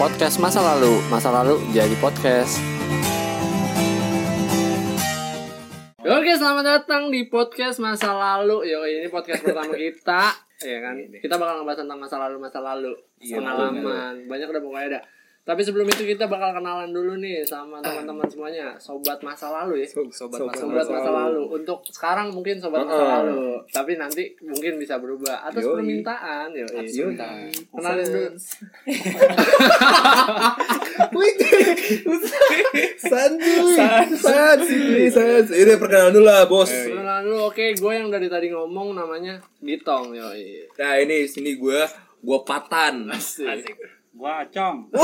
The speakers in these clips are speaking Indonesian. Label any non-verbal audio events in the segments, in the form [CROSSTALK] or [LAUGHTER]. podcast masa lalu, masa lalu jadi podcast. Oke, selamat datang di podcast masa lalu. Yo, ini [LAUGHS] podcast pertama kita, ya kan? Kita bakal ngebahas tentang masa lalu, masa lalu, Iya, pengalaman. Banyak udah pokoknya ada. Tapi sebelum itu kita bakal kenalan dulu nih sama teman-teman semuanya, sobat masa lalu ya. sobat, Sobat masa lalu. Uh-uh. Untuk sekarang mungkin sobat masa Heeh. lalu, tapi nanti mungkin bisa berubah atas Yoi. permintaan. Yo, Yoi. kenalin dulu. San San San sini San Ini perkenalan dulu lah bos Kenalan dulu. Oke, gue yang dari tadi ngomong namanya Ditong. Yo, Nah ini sini gue Gue Patan Asik. Gua Acong.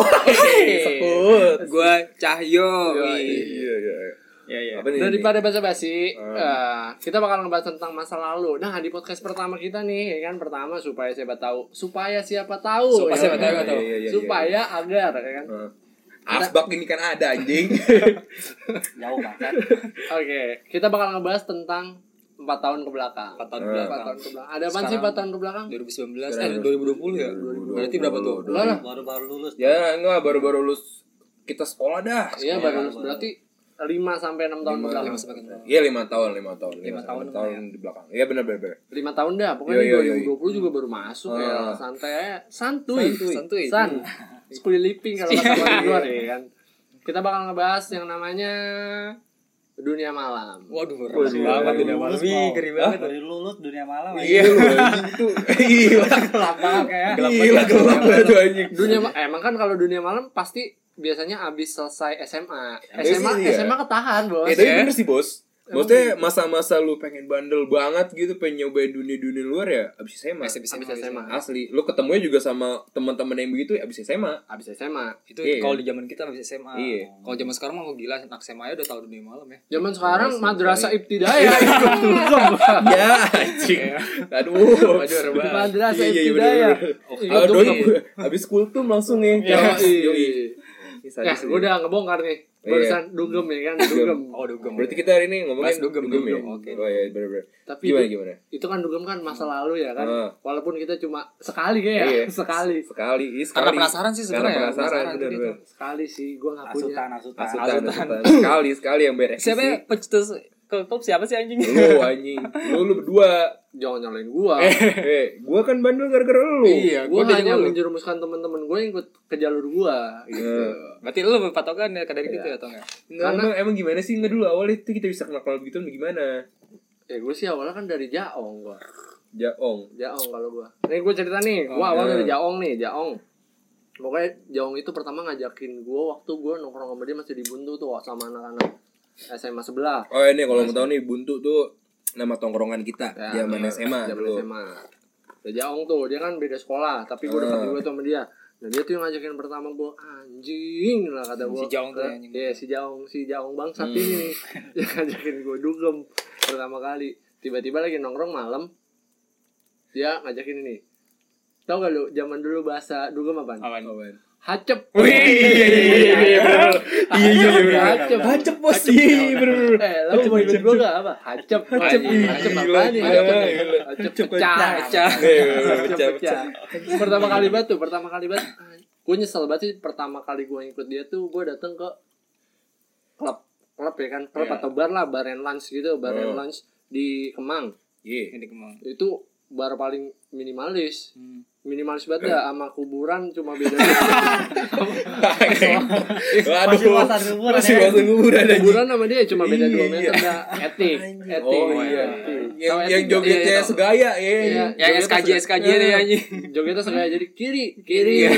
Gue Cahyo Yoi. Iya iya Ya ya. Apa nih Daripada basa-basi, Hmm. eh, kita bakal ngebahas tentang masa lalu. Nah, di podcast pertama kita nih, ya kan pertama supaya siapa tahu, supaya siapa tahu, Supaya ya siapa kan? tahu, tahu. Iya, iya, iya, supaya agar, ya kan. Heeh. Asbak ini kan ada anjing Jauh banget. Oke, kita bakal ngebahas tentang empat tahun ke belakang. Empat tahun ke belakang. tahun ke belakang. Ada apa sih empat tahun ke belakang? 2019 eh 2020 ya. Berarti berapa tuh? Lah, lah. Baru-baru lulus. Ya enggak baru-baru lulus Kita sekolah dah Iya, baru berarti lima sampai enam tahun ke belakang. 5 sampai Iya lima tahun lima tahun lima tahun tahun di belakang Iya benar benar benar. Lima tahun dah, pokoknya Yoi, di yoi, yoi. 2020 juga baru masuk ya. Ah. Santai, aja. santuy, Santuy. [LAUGHS] san, skuliliping kalau kata Iya. orang di luar ya kan. Kita bakal ngebahas yang namanya dunia malam. [LAUGHS] Waduh, Waduh, ramai banget iya. dunia malam. Lulus, Wih, Pau. ngeri banget. Baru lulus dunia malam. Iya lu anjing tuh Iya Gelap banget kayak. Gelap Gila gelap lah tuh anjing Dunia ma- emang kan kalau dunia malam pasti biasanya abis selesai SMA. Iya SMA sih, iya. SMA ketahan, Bos. Ya tapi Ya. bener sih bos Maksudnya masa-masa lu pengen bandel banget gitu Pengen nyobain dunia-dunia luar ya Abis SMA Abis Abis SMA. SMA. Asli Lu ketemunya juga sama teman-teman yang begitu ya Abis SMA Abis SMA. Itu Iya. kalau di zaman kita masih SMA. Iya. Kalau zaman sekarang mah kok gila anak SMA aja udah tahu dunia malam ya. Zaman sekarang madrasah Iya, ibtidayah. Ikut Ya anjing Aduh Waduh, Di rebah. [LAUGHS] madrasah Iya, iya, ibtidayah. bener, Ikut Aduh dulu. Abis kultum langsung nih Ya, Yoi. ya, Sadis, gua ya. udah ngebongkar nih. Barusan dugem ya kan, dugem. Oh, dugem. Berarti kita hari ini ngomongin Mas dugem, ya dugem, oke. Oh iya bener-bener Tapi Gimana itu, gimana itu kan dugem kan masa lalu ya kan. Ah. Walaupun kita cuma sekali kayak ya, Iya. [LAUGHS] sekali. Sekali iya, karena sekali. penasaran sih Karena sebenarnya. ya, penasaran penasaran bener gitu. tadi bener tuh. Sekali sih gua nggak punya. Asutan, asutan. Asutan, asutan. Sekali sekali yang beres Siapa ya? Pencetus ke klub siapa sih anjing? Lu anjing Lu lu [LAUGHS] berdua Jangan nyalain gua. eh, gua kan bandel gara-gara lu. Iya, gua gua dari hanya dulu. menjerumuskan teman-teman gua yang ikut ke jalur gua gitu. Berarti lu berpatokan ya Iya. dari gitu ya atau enggak? Nah, emang, emang gimana sih nggak dulu awalnya itu kita bisa kenal kalau begitu gimana? Ya gua sih awalnya kan dari Jaong gua. Jaong. Jaong kalau gua. Nih gua cerita nih, gua awal dari Jaong nih, Jaong. Pokoknya Jaong itu pertama ngajakin gua waktu gua nongkrong sama dia masih di Buntu tuh sama anak-anak SMA sebelah. Oh ini kalau mau tahu nih buntu tuh nama tongkrongan kita Ya, zaman SMA Zaman dulu. SMA. Ya Jaong tuh, dia kan beda sekolah, tapi gua deket Hmm. juga tuh sama dia. Dan dia tuh yang ngajakin pertama gua anjing lah kata gua. Si Jaong tuh Eh, anjing. Iya, si Jaong, si Jaong bangsat ini nih. Yang ngajakin gua dugem pertama kali. Tiba-tiba lagi nongkrong malam. Dia ngajakin ini. Tau gak lu zaman dulu bahasa dugem apaan? Awan. Hacep. Iya iya bener. [LAUGHS] Iya iya iya. bener. Hacep. Hacep bos iya bener. Eh, lu mau ikut gua gak apa? Hacep. Hacep. Ih, Hacep gila, apa nih? gila, Hacep. gila. Hacep pecah. Pecah. Iya, iya, iya, Pecah, pecah, pecah. Pertama kali banget tuh, pertama kali banget. Gue nyesel banget sih pertama kali gue ikut dia tuh gue dateng ke klub klub ya kan klub Iya. atau bar lah bar and lunch gitu bar and Oh. lunch di Kemang Iya. [LAUGHS] Ini kemang. itu bar paling minimalis Hmm. minimalis banget dah sama kuburan cuma beda [LAUGHS] Waduh. Masih wawasan kuburan, Masih ya. wawasan kuburan anjing. kuburan sama dia cuma beda 2 Iya, meter iya. dah etik etik Oh iya. Yang yang jogetnya segaya Iya. ya. Yang SKJ SKJ nih [LAUGHS] anjing. jogetnya sengaja jadi kiri kiri Iya.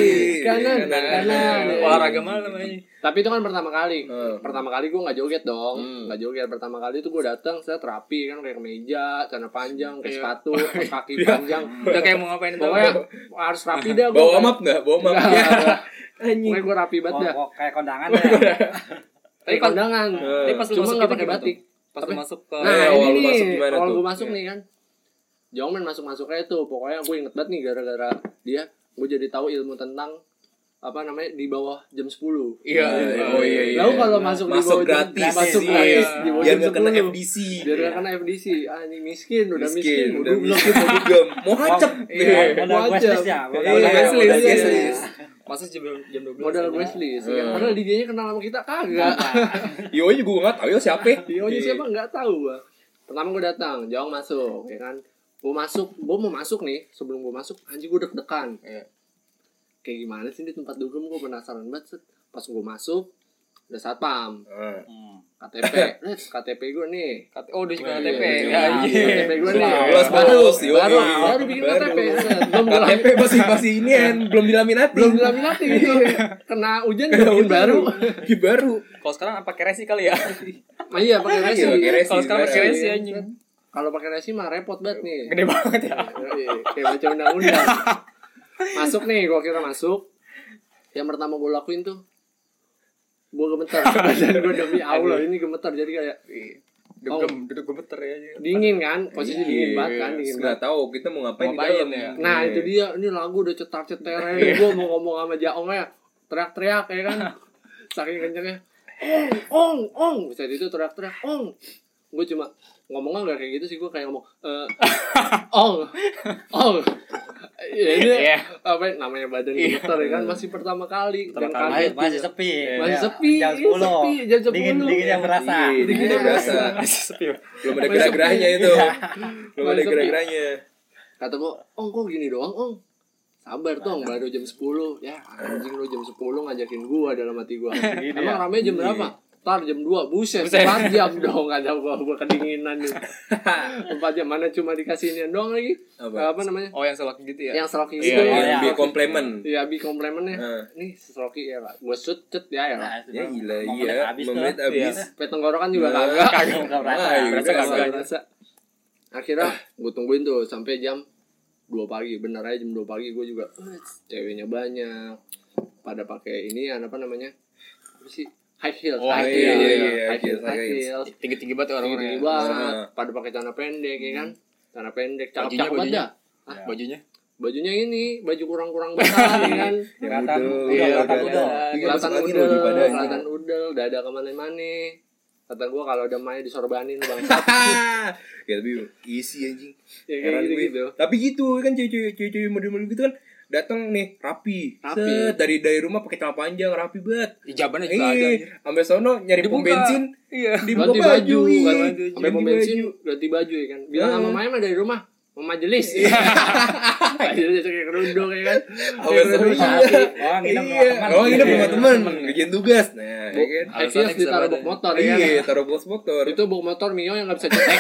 kanan Kanan, kanan kanan. Olahraga malam anjing. tapi itu kan pertama kali Hmm. pertama kali gue nggak joget dong Hmm. nggak joget pertama kali itu gue datang saya terapi kan kayak meja celana panjang kayak Iya. [LAUGHS] sepatu kaos kaki panjang Udah kayak mau ngapain ya? tuh. pokoknya harus rapi dah gue Bawa map nggak? Bawa map. [LAUGHS] Nggak. Ya. [LAUGHS] pokoknya gue rapi banget Kok- dah kok Kayak kondangan ya. tapi pas- kondangan Eh. Tapi pas lu Iya, kan? Cuma masuk nggak kita pakai gimana batik. tuh? Pas lu Tapi- masuk ke nah Oh, iya, awal lu ini masuk nih gimana awal tuh? gue masuk Iya. nih kan Jong men masuk masuknya itu pokoknya gue inget banget nih gara-gara dia gue jadi tahu ilmu tentang apa namanya di bawah jam 10 Iya. Oh iya iya. Lalu kalau masuk, di bawah masuk jam- gratis masuk sih. gratis di bawah biar jam nggak kena 10. FDC biar nggak kena FDC anjing Ah, miskin udah miskin, miskin udah udah miskin mau dugem mau hacep Iya, Iya. Modal Wajah. Wesley ya. Iya, Wesley. Wesley, Iya. Wesley. Masa jam jam 12. modal aja? gue please ya kan? Hmm. padahal dianya kenal sama kita kagak Yo aja gue nggak tahu yo siapa. dia aja siapa nggak tahu gua pertama gue datang jawab masuk ya kan gue masuk gue mau masuk nih sebelum gue masuk anjing gue deg-degan Iya. kayak gimana sih di tempat dugem gue penasaran banget set. pas gue masuk ada satpam Heeh. Hmm. KTP Red, KTP gue nih Kat- Oh, udah juga Iya, KTP. iya, Ya, iya. KTP gue nih Bablas, baru bablas, yo, baru iya. baru bikin Baru. KTP set. belum KTP masih masih ini kan belum dilaminati. belum dilaminati gitu kena hujan Kena bikin hujan. baru Ih, baru. Kalau sekarang apa resi kali ya? Nah, iya pakai resi Iya, pakai resi. Kalau sekarang pakai beneran. resi anjing. Iya. kalau pakai resi mah repot banget nih Gede banget ya. Yoi, kayak baca undang-undang masuk nih gua kira masuk yang pertama gua lakuin tuh gua gemetar dan gua demi allah ini gemetar jadi kayak Dugem, duduk gemeter ya. anjing. dingin kan posisi Iya, dingin banget kan dingin banget Iya. Nggak tahu kita mau ngapain, Ngapain di ya? dalam. nah itu dia ini lagu udah cetar [LAUGHS] cetere gua mau ngomong sama jaongnya teriak-teriak ya kan saking kencengnya Eh, ong ong ong bisa itu teriak-teriak ong gua cuma ngomongnya nggak kayak gitu sih gua kayak ngomong [LAUGHS] eh, ong ong ya ini Iya. apa ya, namanya badan gemeter ya kan masih pertama kali dan Pertama kali, kaget Masih, masih juga. sepi. Masih Ya, sepi, Jam gitu. iya, 10. sepi, jam 10. Dingin, dingin yang berasa. Dingin, dingin yang berasa. [LAUGHS] Masih sepi. Bang. Belum ada Masih gerah-gerahnya sepi. itu. Belum ada Masih sepi. gerah-gerahnya. kata gua ong kok gini doang ong sabar tong baru jam 10 ya anjing lu jam 10 ngajakin gua dalam hati [LAUGHS] gua Iya. emang rame jam berapa Ntar jam 2, buset, Buset. 4 jam [LAUGHS] dong Kata gua, gua kedinginan [LAUGHS] nih 4 jam, mana cuma dikasih inian doang lagi Apa? Apa namanya? Oh, yang selak gitu ya. Yang seroki Iya, gitu yang ya. bi komplement. Iya, bi komplemennya Nah. Nih, seroki ya lah Gua shoot, cet, ya ya lah Ya gila Lima iya, menit habis lima tuh. Iya. menit habis. Sampai tenggorokan juga Nah. kagak Kagak nggak berasa. Ah, iya, Berasa udah, kagak. nggak- rasa akhirnya Ah. gue tungguin tuh sampai jam 2 pagi bener aja jam 2 pagi gue juga "Eh, ceweknya banyak pada pakai ini apa namanya apa sih high heels Oh, high iya, heels, iya, iya, high heels high high heels. Iya. heels Tinggi-tinggi banget ya tinggi orang-orangnya. banget Nah. pada pakai celana pendek ya kan celana pendek cakep Bajunya, cakep banget bajunya. dah Ah, Bajunya. bajunya ini baju kurang kurang besar ya kan Iya, Kelihatan. Udel, Udah, iya, kelihatan udah. udel. Iya, kelihatan masuk [LAUGHS] lagi udel dong daripada ini. [LAUGHS] kelihatan udel dada kemana-mana kata gue kalau ada Maya disorbanin [LAUGHS] bang ya tapi isi anjing. ya kayak Heran gitu gue. gitu Tapi gitu kan cewek-cewek cewek-cewek model-model gitu kan datang nih rapi. Rapi. Set, dari dari rumah pakai celana panjang rapi banget. Ijabannya juga ada. anjing. Eh, sampai sono nyari pom Dibuka. bensin, Iya. ganti dibuka baju, baju. iya. ganti baju, sampai Ganti pom bensin baju. Eh. ganti baju ya kan bilang sama Heeh. Maya mah dari rumah mau majelis Iya. [LAUGHS] majelis kayak kerudung ya kan Apa seru Iya. Oh, Iya, oh nginep sama teman. ini rumah teman, bikin tugas. Nah, ya kan. Akhirnya Alasannya bisa ditaruh banget bok ya. motor ya Iya, kan taruh bos motor. itu bok motor Mio yang nggak bisa [LAUGHS] cetek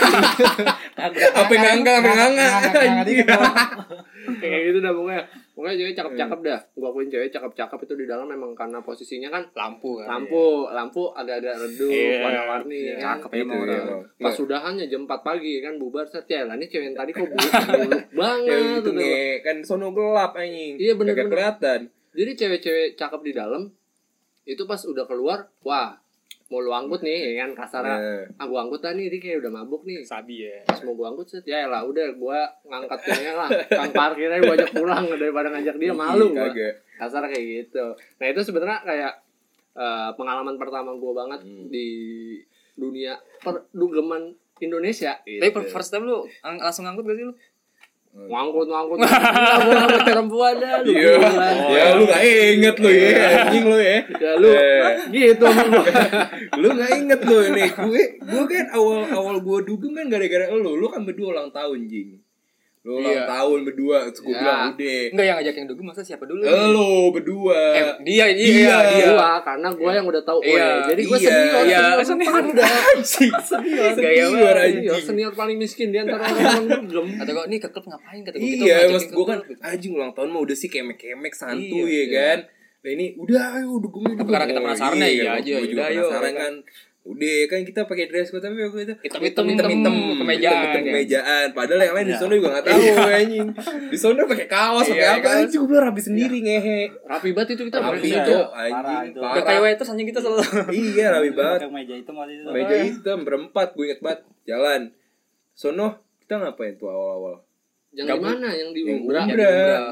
Apa yang ngangkat, apa yang ngangkat. Anjing. kayak gitu dah pokoknya pokoknya cewek cakep cakep Hmm. dah gua akuin cewek cakep cakep itu di dalam memang karena posisinya kan Lampu kan. lampu lampu agak-agak redup Iya. warna-warni ya kan Cakep Gitu, emang Iya. iya, orang. emang. pas sudahannya jam 4 pagi kan bubar set ya lah ini cewek yang tadi [LAUGHS] kok buluk buluk Ya banget gitu gitu. nge, kan sono gelap anjing. Iya, bener, Kagak bener. kelihatan. Jadi cewek-cewek cakep di dalam itu pas udah keluar, wah mau lu angkut nih, ya kan kasarnya. Ah Nah, gua angkut tadi dia kayak udah mabuk nih. Sabi ya. Iya, Pas mau gua angkut set, ya lah udah gua ngangkat punya lah. Kang parkirnya gua ajak pulang daripada ngajak dia malu gua. iya, Kagak. Kasar kayak gitu. Nah itu sebenarnya kayak eh, pengalaman pertama gua banget Hmm. di dunia perdugeman Indonesia. Iya. Tapi Gitu. per- first time lu ang- langsung ngangkut gak sih lu? ngangkut ngangkut [LAUGHS] ngangkut ngangkut perempuan dah lu. Iya. Iya. Gila. ya lu gak inget lu ya, anjing lu ya. Ya lu Eh. gitu sama gua. lu nggak inget lu nih gue gue kan awal awal gue dugem kan gara-gara lu lu kan berdua ulang tahun jing lu ulang Iya. tahun berdua terus gue Ya. bilang udah Enggak yang ngajak yang dugem masa siapa dulu? lu berdua Eh, dia iya Iya. iya dia. gua karena gua yang udah tahu Iya. iya. jadi gua Iya. senior Iya. senior Senior. panda [LAUGHS] anjing senior Gaya senior, senior, banget, anjing. senior paling miskin di antara orang-orang dugem Kata gua nih ke klub ngapain kata gua gitu. iya ngajakin mas ke gue kan klub gitu. anjing ulang tahun mah udah sih kemek-kemek santuy Iya, ya kan nah ini udah Oh, ayo dugem Tapi karena kita penasaran ya, iya aja, gue juga yaudah, ayo. penasaran kan udah kan kita pakai dress code tapi waktu itu Hitam-hitam, hitam-hitam, hitam-hitam, kemejaan, hitam-hitam, ya. kemejaan padahal yang lain di sono juga nggak tahu anjing di sono pakai kaos pakai Iya, apa kaos. Iya. anjing gue bilang rapi sendiri ngehe rapi banget itu kita Rapi Iya. itu Parah anjing itu. Ke parah. TW terus anjing kita selalu. Iya rapi banget. Pakai meja hitam waktu itu. Iya. Meja hitam berempat gue inget banget. Jalan. Sono kita ngapain tuh awal-awal? yang di Gabut. mana yang di Yang umbra Umbra.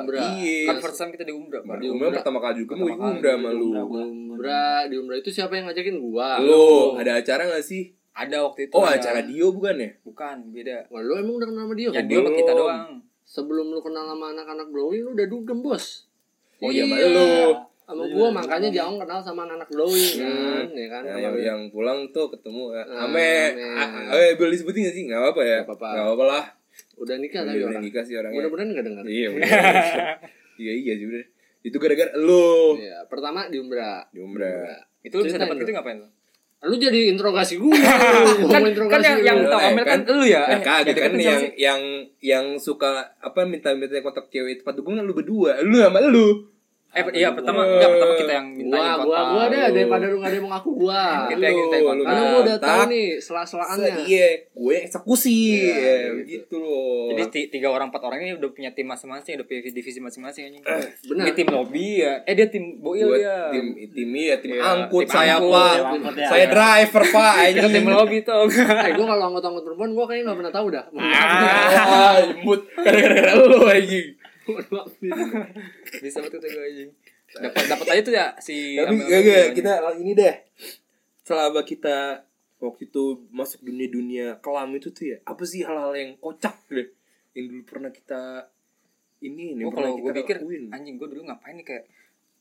umbra Iya. Kan first time kita di Umbra. Bang. Di Umbra pertama kali juga mau Umbra sama lu. Di umbra di umbra itu siapa yang ngajakin gua Lo ada acara gak sih? Ada waktu itu. Oh ada. acara Dio bukan ya? Bukan, beda. Wah, lu emang udah kenal sama dia? kan? Yang dia Bro? sama kita belum. doang. Sebelum lu kenal sama anak-anak blowing, lu udah dugem, bos. Oh iya, Iya. sama lo. sama gua makanya Jaong kenal sama anak doi kan, ya kan. Nah, Sama yang, doi. yang pulang tuh ketemu eh, Ah, ame Ame. A- eh boleh disebutin gak sih? Gak apa-apa ya. Gak apa-apa. apa-apa lah. udah nikah Udah tadi Iya, udah orang. nikah sih orangnya. Mudah-mudahan enggak dengar. Iya, bener. iya iya sih bener. Itu gara-gara lu Iya, pertama di Umbra. di Umbra. Itu lu bisa Ceritain dapat dong. gitu ngapain lu? Lu jadi interogasi [LAUGHS] gue. Kan, kan yang, yang dulu. tau Amel kan Kan- lu ya. Nah, kagak Eh, yang kan deketin yang siapa sih? yang yang suka apa minta-minta kontak cewek tempat dukungan lu berdua. Lu sama lu. Eh, iya pertama enggak pertama kita yang mintain gua kontak. gua gua deh lu. daripada lu nggak ada yang mau ngaku gua. Nah, Kita yang mintain kontak. Karena gua udah tahu Kontak. nih selah-selaannya. Se- Iya, gue yang eksekusi. Iya, Iya, gitu. gitu loh. Jadi ti- tiga orang empat orang ini udah punya tim masing-masing, udah punya divisi masing-masing anjing. benar. Dia tim lobby ya. Eh dia tim boil Buat ya. tim tim iya, tim Iya, angkut tim saya angkut, pak. tim angkut, ya. Saya driver pak. [LAUGHS] Kita tim lobby tuh. Eh, gua kalau angkut-angkut perempuan gua kayaknya nggak pernah tahu dah. Mohon maaf. [LAUGHS] Ah, jembut. Gara-gara lu anjing. Mohon maaf. Bisa betul tuh gue anjing. Dapat dapat aja tuh ya si Tapi Amel- gak, gak, Amel- kita ini deh. Selama kita waktu itu masuk dunia-dunia kelam itu tuh ya, apa sih hal-hal yang kocak deh yang dulu pernah kita ini ini Gua Oh, kalau kita gue pikir lakuin. anjing gue dulu ngapain nih kayak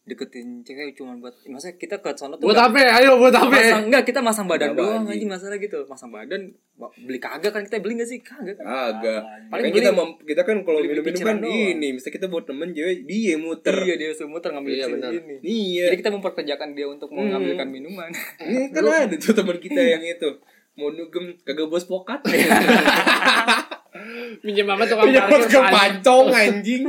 deketin cewek cuma buat maksudnya kita ke sono tuh Buat nggak- apa? Ayo buat masang, apa? enggak kita masang badan Kenapa, doang anjing? anjing masalah gitu masang badan ma- beli kagak kan kita beli nggak sih kagak kan Agak. Paling Kan kita beli- mem- kita kan kalau beli minum-minum pikiran kan doang. ini, misalnya kita buat temen cewek dia yang muter. iya dia semua ngambil Iya, iya, benar. ini Iya. jadi kita memperkerjakan dia untuk Hmm. mengambilkan minuman [LAUGHS] Ini kan ada tuh teman kita yang itu mau dugem kagak bos pokat. [LAUGHS] Minjem mama tukang parkir. Penyebut ke Pak. pancong anjing.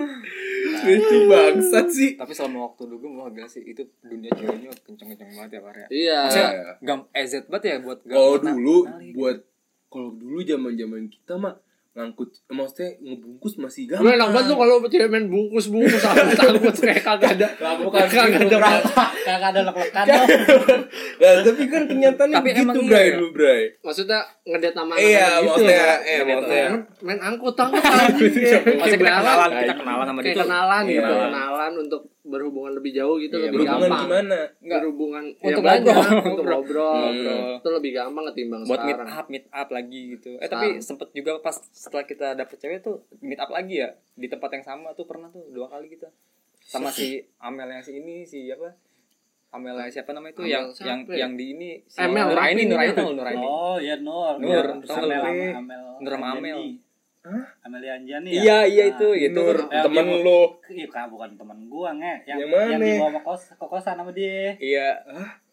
Itu bangsat sih. tapi selama waktu dulu gue gila sih itu dunia ceweknya kenceng kenceng banget ya Pak, ya Iya. Oh, Maksudnya, Iya. gam ez banget ya buat gam- Kalau buat dulu nakal, gitu. buat kalau dulu zaman-zaman kita mah ngangkut maksudnya ngebungkus masih Lu gampang. enak banget lu kalau cewek main bungkus-bungkus angkut-angkut kayak kagak ada. bukan Kagak gitu, ada. Bray. Kakak ada lek-lekan dong. Nah, tapi kan kenyataannya Tapi gitu, emang iya, Bray, ya? lu, Bray. Maksudnya ngedet sama Iya, anak-anak maksudnya, eh, Ngedet sama maksudnya. anak, Main angkut angkut anjing. maksudnya kita Kayak kenalan Kayak kita kenalan sama dia Iya. kayak tuh. kenalan Iya. gitu kenalan untuk berhubungan lebih jauh gitu Iya, lebih berhubungan gampang gimana? Nggak. berhubungan Untuk banyak, ngobrol. [LAUGHS] untuk ngobrol Ngobrol. itu lebih gampang ketimbang Hmm. buat meet sekarang up meet up lagi gitu eh tapi Sekarang. sempet juga pas setelah kita dapet cewek tuh meet up lagi ya di tempat yang sama tuh pernah tuh dua kali kita sama si Amel yang si ini si apa Amel yang siapa namanya itu Amel yang siapa yang ya? yang di ini si Amel, Nuraini Rafi Nuraini ini. tau Nuraini Oh, iya Nur. Nur, sama tau lu. Amel. Amel. Nur sama Amel. Anjani. Hah? Amelia Anjani ya? iya iya Nah, itu itu Nur, Eh, temen dia- lu. Iya, kan bukan teman gua, nge. Yang, Yang mana? Yang dibawa ke kos, ke kosan sama dia. iya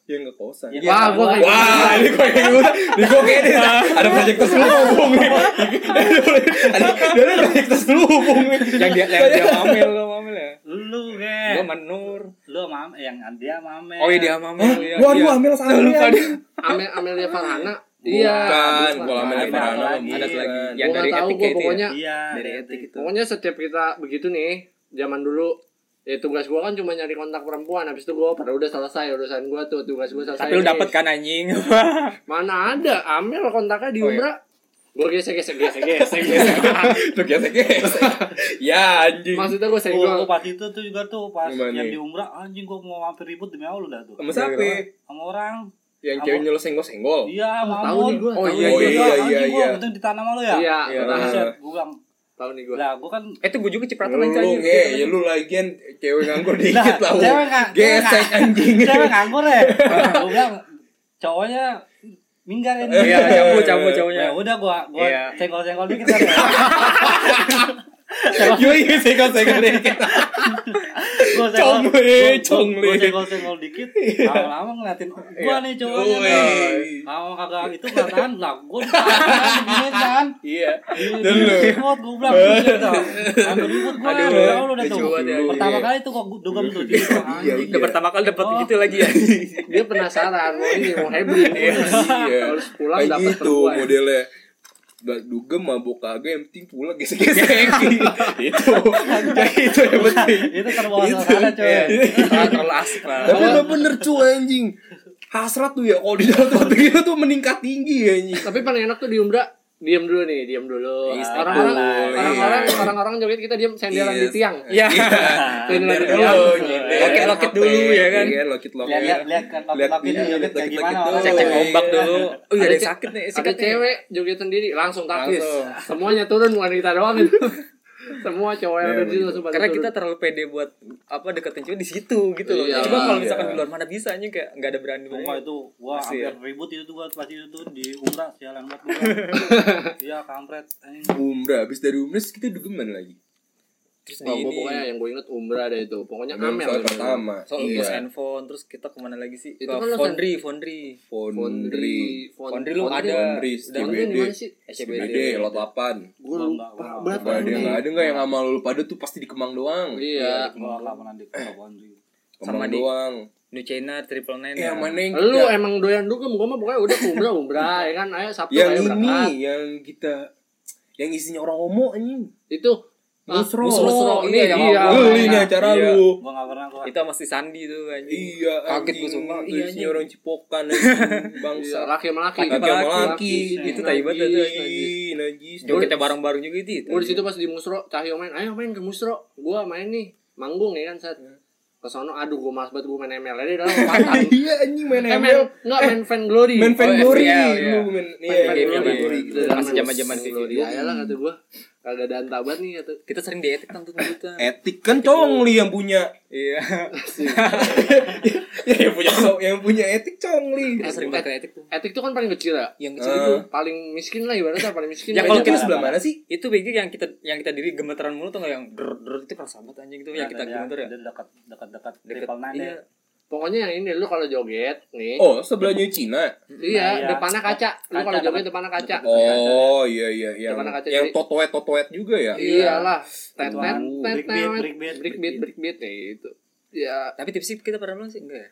Yang nggak kosan. Iya, Wah, gua gitu. kayak- Wah, ini kok kayak gue, ini kok kayak ini, ada proyek terselubung nih. Ada ada proyek terselubung nih. yang dia yang dia sama Amel lo sama Amel ya Lu, nge. gua sama Nur Lu sama Am- yang dia sama Eh. Amel. oh iya dia sama Amel iya Waduh, iya. ambil sama Tuh, lupa dia. dia. Ame- Amelia Farhana Bukan, bukan. kalau Amelia Ada Farhana lagi. ada lagi. Iya. yang Nah, iya, Gua dari nggak tahu, etika gua itu ya? pokoknya Iya, dari iya, etik itu pokoknya setiap kita begitu nih zaman dulu ya tugas gua kan cuma nyari kontak perempuan habis itu gua pada udah selesai urusan gua tuh tugas gua selesai tapi lu nih. dapet kan anjing Iya. mana ada Amel kontaknya di Oh, iya. Umbra gua gesek gesek [LAUGHS] gesek gesek gesek Tuh gesek gesek. Ya anjing. maksudnya gua Gua Oh, senggol gua pas itu tuh juga tuh pas Gimana yang nih? di umrah anjing gua mau hampir ribut demi Allah dah tuh. Sama siapa? Sama orang. ya, gitu. Yang Sama- ceweknya lo senggol-senggol. Iya, Oh, sama tahu nih Amon. gua Oh, tahu iya, nih Oh gua. iya iya anjing gua iya. untung ditanam sama lu ya. iya Iya, gua tahan. iya. Buset, gua bilang, tahu nih gua lah gua kan eh tuh gue juga cipratan Lu lu aja anjing. nge, ya lu lagian cewek nganggur dikit Lah, lah. lu. cewek nggak- cewek Gesek nggak- anjing. [LAUGHS] cewek [LAUGHS] nganggur ya. Gua bilang cowoknya minggat Eh, ini. iya cabut cabut Ya cabutnya udah gua gua Iya. senggol-senggol dikit kan. [LAUGHS] ya. Yoi, iya, senggol-senggol dikit. Gua Cong senggol- le, gua- cong Gua le. senggol-senggol dikit. Lama-lama ngeliatin gua nih cowoknya. Woi. nih. Lama kagak itu nggak tahan lah. Gua ditahan begini kan. Iya. Dan lu? Ribut gue bilang gitu, buset dah. Hampir ribut gue Aduh, ya Allah udah lucu tuh. banget ya. Pertama kali tuh kok gua- dugem tuh di Iya, anjing. Udah pertama kali dapat Oh. gitu lagi ya. dia penasaran mau ini mau hybrid Iya. harus pulang Kayak dapat gitu perempuan modelnya. Gak dugem mabok kagak yang penting pulang gesek-gesek. Itu. Kayak itu yang penting. Itu terbawa sana coy. Iya. Terlalu terlalu asik lah. Tapi emang bener cuy anjing. Hasrat tuh ya kalau di dalam tempat kita tuh meningkat tinggi ya anjing. tapi paling enak tuh di Umbra diam dulu nih diam dulu Iya, stay orang-orang cool, orang-orang iya. orang-orang joget kita diam senderan di Yes. tiang Iya. senderan di tiang Dulu, Iya. Lokit-lokit dulu, ya iya, kan? Lokit-lokit. Lihat lihat kan laki-laki Lihat, joget kayak laki-laki gimana tuh. orang. Cek-cek ombak dulu. Oh iya ada yang ce- sakit nih, ada sikat nih. cewek joget sendiri langsung takis Langsung. semuanya turun wanita doang itu [LAUGHS] Semua cowok yang Ya, ada di situ begitu. langsung pada Iya, karena turun. kita terlalu pede buat apa deketin cewek di situ gitu loh. Iya, Coba kalau iya. misalkan di luar mana bisa anjing kayak nggak ada berani. Sumpah itu gua Pasti ya. hampir ribut itu tuh gua pasti itu tuh di umrah sialan banget gua. Iya kampret anjing. Umrah habis dari umrah terus kita dugeman lagi. Iya, Terus di Oh, gua ini pokoknya yang gue inget Umbra ada itu. Pokoknya Dugeman Amel. soal namanya. pertama. soal Iya. lulus handphone terus kita kemana lagi sih? Itu Ke kan lo- Fondri, Fondri. Fondri. Fon- Fondri lu Fondri- ada. Fondri, Dan Fondri di CBD. mana sih? CBD, lot 8. Gue Enggak, lupa enggak, berat Gak ada, banget. nggak ada nggak yang sama lu pada tuh pasti di Kemang doang. Iya. Gua kapan di Kepulauan sih. Kemang Sama di- doang. New China, Triple Nine. Eh, yang mana yang Iya. Lu kita- emang doyan dugem, gue mah pokoknya udah ke Umbra Umbra ya kan. Ayo Sabtu yang ayo ini berangkat. yang kita yang isinya orang homo anjing. Itu ah, Musro. Musro. Musro, Ini iya, yang dia. awal. Lu iya. ini acara Iya. lu. Gua enggak pernah gua. Itu masih Sandi tuh anjing. Iya, Kaget anjing. gua sumpah. Lu Iya, isinya anjing. orang cipokan [LAUGHS] anjing. Iya, bangsa. Iya, laki sama laki. Laki sama laki. Laki, Iya, Itu tai banget najis, tuh, najis. Ih, najis. Juga Iya, kita bareng-bareng juga gitu. itu. Gue di situ pas di Musro, Cahyo main, ayo main ke Musro. Gue main nih, manggung ya kan saat Iya. ke sono aduh gue malas banget gue main ML [LAUGHS] aja di dalam pantai Iya anjing main eh ML. main enggak main fan glory Main Oh, Fangori FPL, iya. lu main Main fan Iya, glory iya, main iya. glory gitu Pas Masih zaman-zaman kayak glory gitu. aja lah kata gue kagak ada antabat nih kata Kita sering kan dietik tentang tuntutan. Etik kan Congli yang punya. Iya. [LAUGHS] yang punya yang punya etik Congli. Kita sering banget etik tuh. etik tuh kan paling kecil ya Yang kecil kecil itu. itu paling miskin lah ibaratnya paling miskin Yang Ya, Kayak kalau kalau kita gitu. kita- Ah. sebelah mana sih? itu BG yang kita yang kita diri gemeteran mulu tuh nggak yang der der itu kerasa banget anjing itu yang kita gemeter ya Dia dekat dekat dekat deket Triple Nine iya ya. pokoknya yang ini lu kalau joget nih Oh, sebelahnya Cina. iya Iya. depannya kaca lu Kaca, kalau joget depan- depannya kaca Oh, iya iya iya. Depan kaca Yang jadi- totoet totoet juga Iya. ya. iyalah Iya tet Ketuaan. tet tet Break beat, break beat, break beat break beat ya itu ya tapi tips sih kita pernah belum sih enggak ya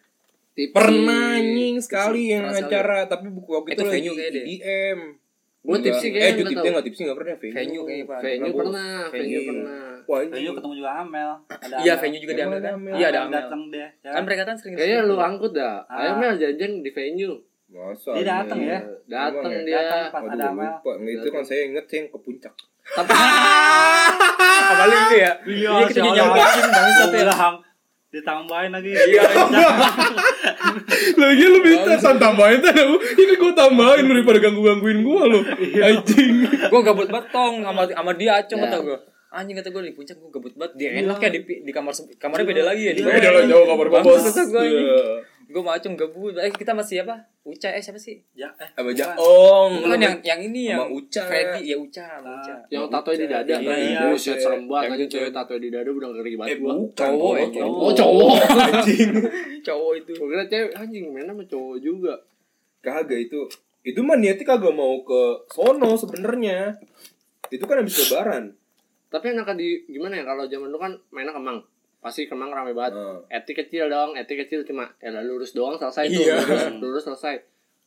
tipe Pernah anjing sekali yang Kerasa acara tapi buku waktu itu Eh, itu lagi venue kayaknya deh. IDM. gue Enggak. tipsi kayaknya Eh, nggak tipsnya tahu. enggak tipsnya enggak pernah venue. venue kayaknya pak venue Prabowo. pernah venue Venue. pernah Wah, Venue anjing. ketemu juga Amel. Ada iya Amel. venue juga di Emang Amel ada kan Amel? iya ada Amel datang deh. ya. kan mereka kan sering Kayaknya lu angkut dah. Ayo Ah. Mel janjian di venue. Masa. Dia datang anjing? ya. Dateng Emang dia. Datang pas Waduh, ada Amel. lupa. Nah, itu kan saya inget saya yang ke [LAUGHS] puncak. Tapi kembali itu ya Iya, Jadi kita sialan. nyambung bangsat ya Bilang, ditambahin lagi. [LAUGHS] Iya. Lagi iya, lu minta san tambahin tadi aku. Ini gua tambahin daripada ganggu-gangguin gua lo. [LAUGHS] Anjing. gue gabut banget tong sama sama dia acung Ya. kata gue anjing kata gue di puncak gue gabut banget dia enak ya di pi- di kamar se- kamarnya beda lagi ya di Iya, Beda lo jauh kamar gua, bos. Bangsat gua, anjing. Iya. gue sama acung gabut eh kita masih apa Uca eh siapa sih Ya, eh. Sama Jaong. kan yang yang ini Sama yang Uca. Freddy ya Uca sama Uca yang tatoe di dada. Iya, iya. Buset serem banget anjing Yang cewek tatoe di dada udah ngeri banget Eh, gua. bukan Cowok, cowok, eh, cowok. Oh cowok. cowok itu Gua kira cewek anjing main sama cowok juga. Kagak itu. Itu mah niatnya kagak mau ke sono sebenarnya. Itu kan habis lebaran. Tapi enaknya di gimana ya kalau zaman dulu kan mainnya kemang. Pasti kemang rame banget. Ah. Heeh. Etik kecil dong, etik kecil cuma ya lah, lurus doang selesai tuh. Iya. Lurus, lurus selesai.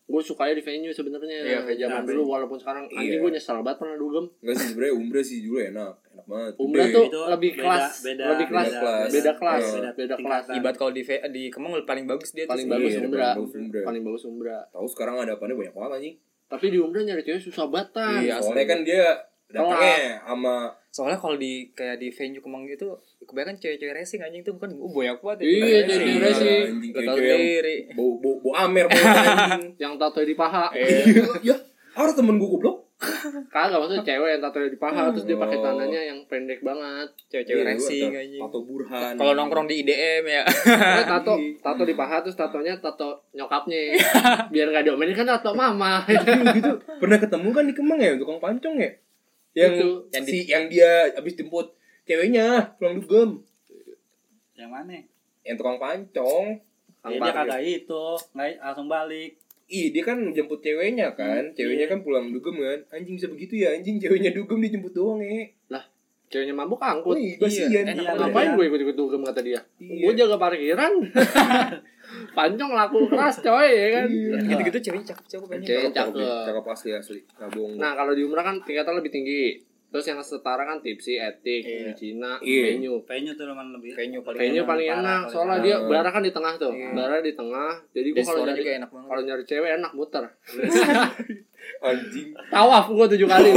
Gue sukanya di venue sebenarnya Iya, kayak zaman venue. dulu walaupun sekarang anjing Iya. gue nyesel banget pernah dugem. Enggak sih sebenarnya umrah sih juga enak. Enak banget. Umrah Gede. tuh Itu lebih beda- kelas, beda- lebih kelas, Iya, beda kelas. beda kelas, Iya. beda, Beda kelas. tingkatan. ibat kalau di Ve- di Kemang paling bagus dia tuh Paling sih. bagus Iya, Umbra, paling bagus Umbra. paling bagus Umbra. Tahu sekarang ada apanya banyak banget anjing. Tapi di Umbra nyari cewek susah batan. Iya, Soalnya asli. kan dia datangnya sama soalnya kalau di kayak di venue Kemang gitu kebanyakan cewek-cewek racing anjing itu bukan oh banyak banget Iya, cewek cewek-cewek racing. Iya, racing. anjing Lo tau cewek yang sendiri. bau bau bau amer bau [LAUGHS] anjing. [LAUGHS] Yang tato di paha. Iya, ya, ada temen gue goblok. Kagak maksudnya cewek yang tato di paha terus dia pakai Oh. tangannya yang pendek banget. cewek-cewek Iya, racing ada anjing Tato Burhan. kalau nongkrong di IDM ya Eh, tato tato di paha terus tatonya tato nyokapnya. Biar gak diomelin kan tato mama. gitu. Pernah ketemu kan di Kemang ya tukang pancong ya? Yang Itu. yang si yang dia habis jemput ceweknya pulang dugem. Yang mana? Yang tukang pancong. Ya, dia kagak itu, nggak langsung balik. Ih, dia kan jemput ceweknya kan. Ceweknya iya. kan pulang dugem kan. Anjing bisa begitu ya, anjing ceweknya dugem dijemput doang, eh. Ceweknya mabuk Oh, angkut. iya, kasihan. Iya, enak Iya. Ngapain gue ikut-ikut dugem kata dia? Iya. Gue jaga parkiran. Pancong laku keras coy ya kan. Iya. [LAUGHS] gitu-gitu ceweknya cakep-cakep anjing Cewek Cakep, cakep. cakep asli asli. Enggak bohong. Nah kalau di Umrah kan tingkatan lebih tinggi Terus yang setara kan tipsi, etik, Iya. di Cina, Iya. venue Venue tuh lumayan lebih. venue paling Venue paling enak, soalnya dia enak. bara kan di tengah tuh Iya. Bara di tengah, jadi dan gua kalau suara juga nyari enak banget [LAUGHS] kalau nyari cewek enak muter [LAUGHS] Anjing Tawaf gua tujuh kali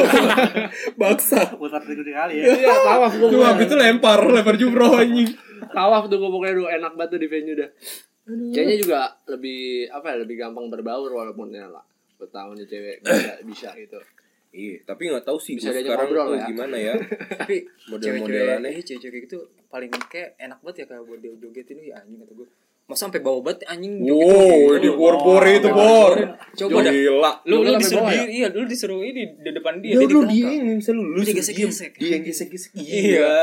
baksa. Putar tiga tiga kali ya. Iya tawaf gua Cuma habis itu lempar, lempar jumroh anjing. Tawaf tuh gua pokoknya dulu enak banget tuh di venue dah Ceweknya juga lebih, apa ya, lebih gampang berbaur walaupun ya lah Betahunnya cewek bisa, bisa gitu Iya, tapi nggak tahu sih Bisa gua diajak sekarang ngobrol tuh ya. gimana ya tapi model-modelannya. cewek-cewek cewek gitu paling kayak enak banget ya kayak model joget ini ya anjing kata gue masa sampai bawa banget anjing joget Wow, gitu. di bor-bor itu bor. coba dah Gila. lu Lu lu kan disuruh sampai bawah diri, iya lu disuruh ini di depan dia Ya dia lu di dia belakang. yang bisa lu lu suruh Dia diem. gesek-gesek. Dia yang gesek-gesek. Iya.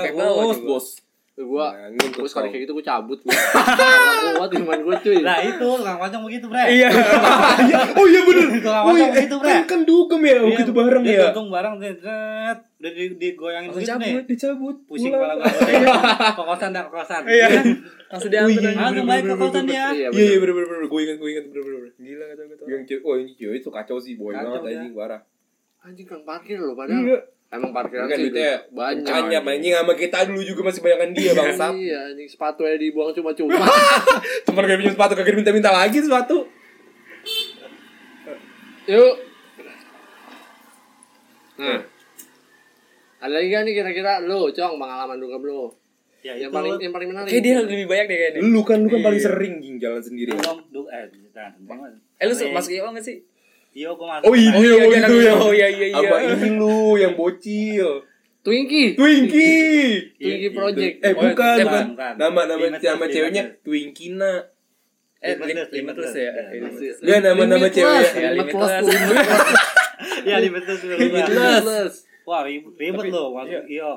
Sampai bawah Bos, juga. bos. gue Bayangin tuh gue sekali Nah, kau. kayak gitu gue cabut gue Nggak kuat iman gue cuy Nah itu tukang pocong begitu bre [LAUGHS] Iya. Iya. Oh iya bener. Tukang Oh iya, eh, pocong begitu gitu, bre kan kan dugem ya, Iya, gitu bareng dia ya. Dukung bareng deket Udah di- digoyangin Langsung begitu nih Cabut, dicabut. Pusing pulang. kepala gua Kokosan dah kokosan Iya. Oh, langsung diambil iya, anjing. iya, Langsung balik kokosan dia iya Iya iya bener. bener bener bener. Gue ingat gue ingat bener bener. bener. gila kata gue tuh Yang cewek, oh ini cewek itu kacau sih, boy Kacau banget dia. anjing parah. anjing kan parkir loh padahal Iya. emang parkiran Kan sih duitnya banyak Kanya mainnya sama kita dulu juga masih bayangan dia bangsa. iya anjing sepatu aja dibuang cuma-cuma [LAUGHS] Temen kayak pinjam sepatu kagak minta-minta lagi sepatu. yuk Hmm. nah ada lagi gak nih kira-kira lo cong pengalaman dugem lo Ya yang itu paling yang paling menarik kayak dia lebih banyak deh kayaknya Lu kan lu kan paling Iya. sering Ging, jalan sendiri. Dugem Dugem Eh jangan banget eh lu masuk IO nggak sih Iya gua masuk Oh iya, Oh, iya, oh, iya, itu iya, yang oh, iya, iya, iya. Apa ini lu yang bocil? Twinkie Twinkie. Twinkie Project Eh Oh, bukan, eh, bukan. bukan. Nama nama Limitless, nama ceweknya Nah. Limitless. Twinkina. eh Limitless, lima terus limitless. ya Iya, Eh, limitless. Enggak nama nama Limitless, ceweknya. ya, Limitless limitless. tuh, Limitless Iya dibentuk dulu Bang. Limitless Wah ribet, ribet Tapi- lo masuk iya. IO.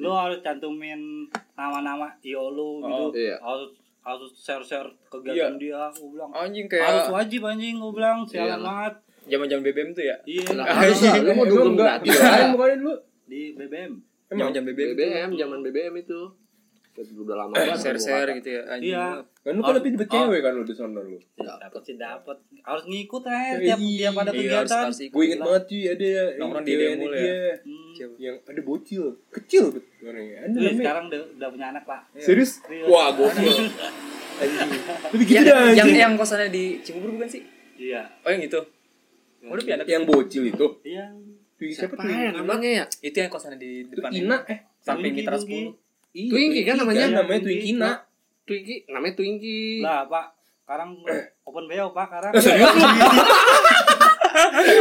Lo harus cantumin nama-nama IO lo gitu. Oh, iya. Harus harus share-share kegiatan Iya. dia, gue bilang. anjing iya. Harus kayak wajib anjing gue bilang, Iya. sialan Iyalah. banget. zaman-zaman BBM tuh ya Iya, Nah, harus lah, lu mau dugem enggak? gratis Bukan, lah. bukan lu. di BBM. Emang zaman-zaman BBM tuh. BBM zaman BBM itu udah lama banget share-share gitu ya anjing Iya. kan lu kan Oh, lebih dapet oh. cewek kan lu di sana lu. Dapat sih dapat. Harus ngikut eh tiap Iya, tiap ada Iya, harus kegiatan. harus ikut. Gue inget banget sih ada ya yang Nongkrong di ceweknya demo ya. dia Hmm. Siapa? yang ada bocil kecil bet gimana ya? Ada Wih, namanya. Iya, sekarang udah, udah punya anak, Pak. Serius? Serius. Wah, gokil. Anjing. Lebih gitu Iya, yang, dah yang anjing. yang kosannya di Cibubur bukan sih Iya. oh yang itu Oh, udah punya anak Yang bocil itu. Iya. Twinkie siapa siapa tuh? ya namanya ya itu yang kosannya di Itu depan Ina eh. samping Twinkie, Mitra Twinkie. 10 Iya, Twinkie kan namanya? namanya Twinkina. Twinkie namanya Twinkie Lah, Pak. [COUGHS] Sekarang open BO, Pak, sekarang. Oh,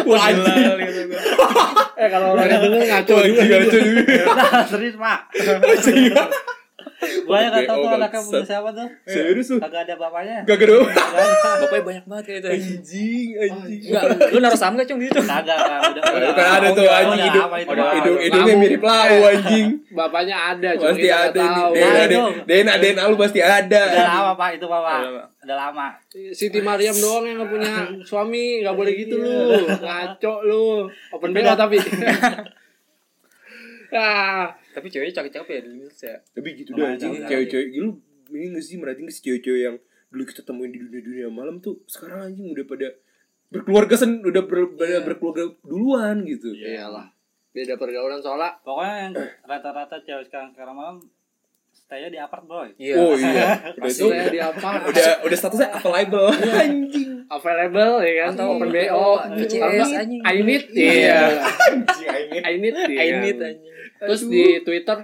Wah, anjing. eh kalau orang yang denger ngaco Wah, juga gila gitu. cuy. [LAUGHS] Nah, serius, Pak. Oh, [LAUGHS] Banyak gak tau BO tuh anaknya bangsat. punya siapa tuh. Serius lu. Kagak ada bapaknya. Gak gede. bapaknya banyak banget kayak itu Anjing, anjing. Enggak, lu naruh saham gak cong di situ? Kagak, kagak. Udah, Nah, itu kan ada tuh udah, anjing udah, hidung. apa itu, Udah, Pak? hidung Apa? hidungnya mirip lau anjing. bapaknya ada cuma Pasti kita nggak ada tahu. nih. DNA, Nah, itu. DNA, DNA lu pasti ada. Udah lama, Pak. Itu, Pak. Pak. Udah lama. Udah lama. Siti Mariam doang yang gak punya suami Gak boleh gitu lu Ngaco lu Open BO tapi Ah, Tapi ceweknya cakep-cakep ya di Limitless ya. Tapi gitu dah Lumayan, anjing. lumayan. Cewek-cewek gitu ini gak sih merhatiin gak sih cewek-cewek yang dulu kita temuin di dunia-dunia malam tuh sekarang anjing udah pada berkeluarga sen udah ber- pada berkeluarga duluan gitu. Iyalah Beda pergaulan soalnya Pokoknya yang rata-rata cewek sekarang sekarang malam stay-nya di apart, Boy. Iya. Oh iya. Udah Pasti tuh saya di [LAUGHS] apa udah udah statusnya available anjing. Available ya kan Atau Open Iya, open BO BO, ICS, anjing. I need Iya. Iya Anjing anjing. I need iya. I need anjing. Terus Aduh. di Twitter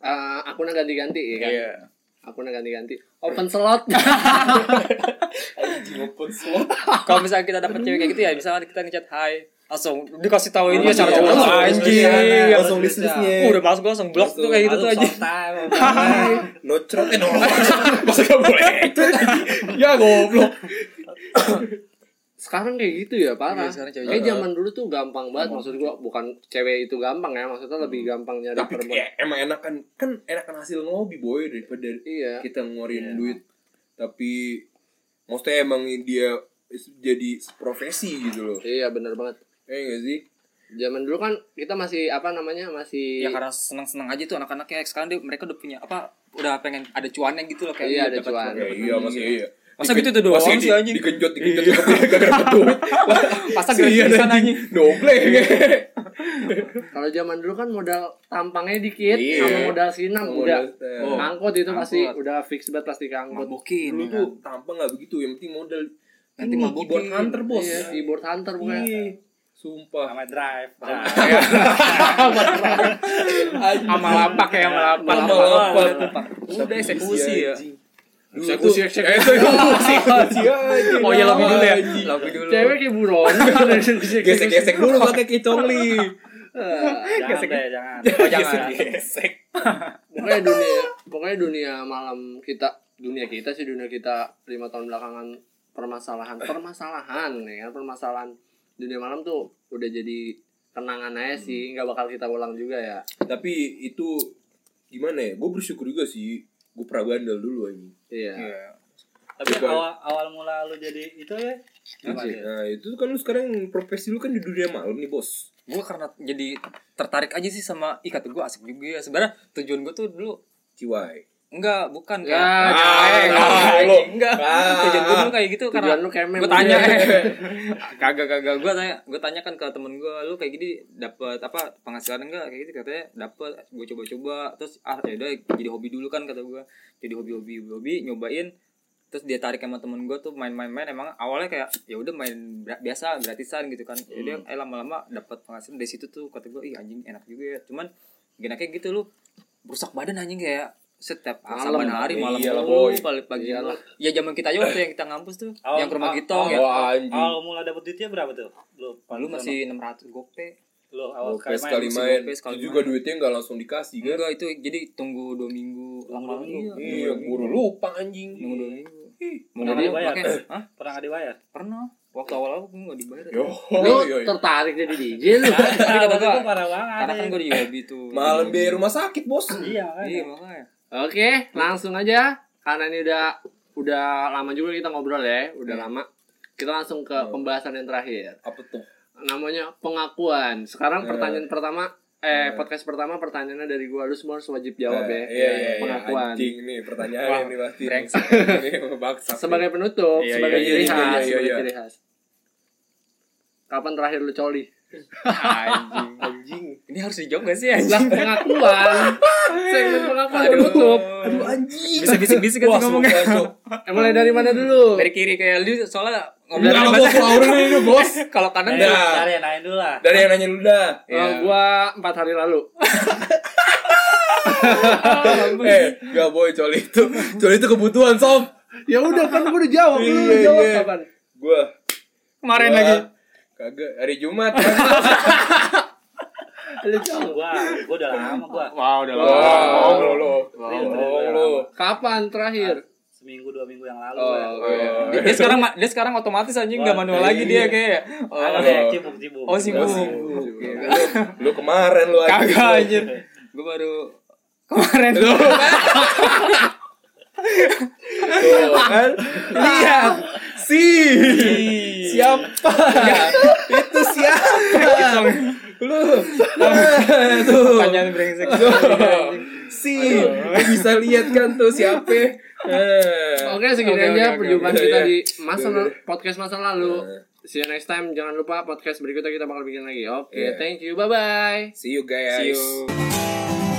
eh, akunnya ganti-ganti ya kan Iya. Akunnya ganti-ganti Open slot [LAUGHS] Open slot. Kalau misalnya kita dapet cewek kayak gitu ya, misalnya kita ngechat hai, langsung dikasih tahu ini ya cara Iya, cara langsung anjing. tulisannya, Iya. Langsung Oh, listnya. Uh, Udah masuk gua langsung blok tuh kayak gitu tuh Lalu anjing. sometime, No trot eh no. Masa gak boleh itu? [LAUGHS] Ya goblok. sekarang kayak gitu ya parah. Iya, sekarang cewek- Kayak zaman dulu tuh gampang banget maksud gua bukan cewek itu gampang ya maksudnya lebih Hmm. gampang nyari Tapi perempuan. kayak emang enakan kan enakan hasil ngopi boy daripada Iya. kita ngeluarin Iya. duit. Tapi maksudnya emang dia jadi profesi gitu loh. Iya bener banget. Eh gak sih? Iya, Zaman dulu kan kita masih apa namanya masih Ya karena senang-senang aja tuh anak-anaknya sekarang dia mereka udah punya apa udah pengen ada cuannya gitu loh kayak Iya, ada dapat cuan. Ya, iya masih iya. Masa Diken- gitu tuh doang masih sih, di- anjing? Iya. Dikenjot, dikenjot, dikenjot, gak dapet duit. [LAUGHS] Masa [LAUGHS] gratisan, anjing? Iya, [LAUGHS] Doble. kalau zaman dulu kan modal tampangnya dikit Iya. sama modal sinam Modal udah sinam. Oh. angkot itu Angkot. pasti udah fix banget pasti ke angkot. Mabokin. Dulu ya tuh kan? tampang gak begitu, yang penting modal. Nanti Ini mabokin. keyboard hunter bos. Iya, keyboard hunter bukan. Iya. Sumpah. Sama drive. drive. Sama lapak ya, sama lapak. Sama lapak. Udah eksekusi ya. Dulu Eksekusi, tuh- eksekusi. Eksekusi, eksekusi aja. [LAUGHS] Oh iya lebih dulu ya. Anjing. Lebih dulu. Cewek kayak [LAUGHS] buron. Iya. Gesek-gesek dulu pakai kicongli. [LAUGHS] jangan Gesek. deh jangan Oh, jangan. Gesek. pokoknya dunia pokoknya dunia malam kita dunia kita sih dunia kita lima tahun belakangan permasalahan permasalahan ya kan permasalahan dunia malam tuh udah jadi kenangan aja sih nggak bakal kita ulang juga ya Tapi itu gimana ya? Gue bersyukur juga sih. Gue pernah bandel dulu ini. iya Iya. tapi Coba. awal awal mula lu jadi itu ya apa Anjing. ya? Nah itu kan lu sekarang profesi lu kan di dunia malam nih bos. Gue karena jadi tertarik aja sih sama ikat gue asik juga ya. Sebenarnya tujuan gue tuh dulu Ciwai. enggak bukan Ya, kayak- jangan. eh, enggak, Ah, lu. enggak. Ah. Tujuan gue dulu kayak gitu karena tujuan lu ya. kemen gue tanya eh. [LAUGHS] kagak kagak gue tanya gue tanyakan ke temen gue lu kayak gini dapat apa penghasilan enggak kayak gitu katanya dapat gue coba-coba terus ah ya udah jadi hobi dulu kan kata gue jadi hobi-hobi hobi nyobain terus dia tarik sama temen gue tuh main-main-main emang awalnya kayak ya udah main gra- biasa gratisan gitu kan jadi Hmm. eh, lama-lama dapat penghasilan dari situ tuh kata gue ih anjing enak juga ya cuman genaknya gitu lu berusak badan anjing kayak setiap Malam. Iya saban hari malam Iyalah, mulu, iya boy. pagi pagi Iyalah. mulu. ya zaman kita aja waktu yang kita ngampus tuh Oh, Awal- yang ke rumah awal- gitong ya Wah anjing. awal mula dapet duitnya berapa tuh lu lu Iya, masih 600 gope lu awal Gue sekali sekali main masih main. gopes sekali Itu juga main. Hmm. duitnya nggak langsung dikasih kan? enggak itu jadi tunggu dua minggu lama dua lagi Iya, buru lupa anjing. nunggu dua minggu mau Pernah [COUGHS] nggak dibayar? pakai- Hah? pernah nggak dibayar pernah waktu awal awal gue nggak dibayar Yo, lu yo, yo. tertarik jadi DJ [LAUGHS] lu kata waktu gua, itu parah banget karena kan anjing. gue di hobi tuh Malam biaya rumah sakit bos. iya makanya. iya makanya oke langsung aja karena ini udah udah lama juga kita ngobrol ya udah Hmm. Iya. lama kita langsung ke Oh. pembahasan yang terakhir Apa tuh? namanya pengakuan. Sekarang Eh. pertanyaan pertama eh Eh. podcast pertama pertanyaannya dari gua lu semua harus wajib jawab Eh, ya. Iya, iya, iya. pengakuan. Anjing nih pertanyaan Wah, ini pasti. brengsek. [LAUGHS] Ini Bangsat. Sebagai penutup, Iya, sebagai iya, iya, ciri iya, khas, iya, sebagai iya. ciri khas. Kapan terakhir lu coli? anjing, anjing. ini harus dijawab gak sih Lah anjing [LAUGHS] pengakuan. Segmen pengakuan udah tutup. Aduh anjing. bisa bisik-bisik kan iya. Wah, ngomongnya sumpah, Cok. Eh, mulai dari mana dulu? dari kiri kayak lu soalnya ngomong Enggak bos, Lauren ini bos. kalau Nah, kanan Iya. tuh- dari yang lain dulu lah Dari yang nanya lu dah. Iya. Eh, gua empat hari lalu. Eh, gak boy coli itu. Coli itu kebutuhan, Sob. [LAUGHS] Ya udah kan gua udah jawab. Lu Iya, jawab iya. kapan? Gua kemarin gua- lagi Kagak, hari Jumat. Lu jawab. gua gua udah lama gua wow udah Wah, Iya, ya, lu lu. Real, real, Bohong real. lu. Kapan terakhir? seminggu dua minggu yang lalu gua. Oh, iya. dia, dia sekarang ma- dia sekarang otomatis anjing nggak manual lagi dia kayak Agak oh, deh, cibuk cibuk. Oh, sibuk. Gua sibuk. Lu, Iya, lu kemarin lu Iya, anjing. kagak anjir gue baru kemarin Lu Tuh, kan? lihat Si Iya, siapa? itu siapa? Lu Eh, tuh. pertanyaan brengsek Tuh. Si bisa lihat kan tuh siapa? Eh. Oke, segini Oke, oke, aja oke, perjumpaan oke. kita Iya, Eh, di iya. masa Iya, iya. podcast masa lalu. See you next time. Jangan lupa podcast berikutnya kita bakal bikin lagi. Oke, Iya. thank you. Bye bye. See you see guys. you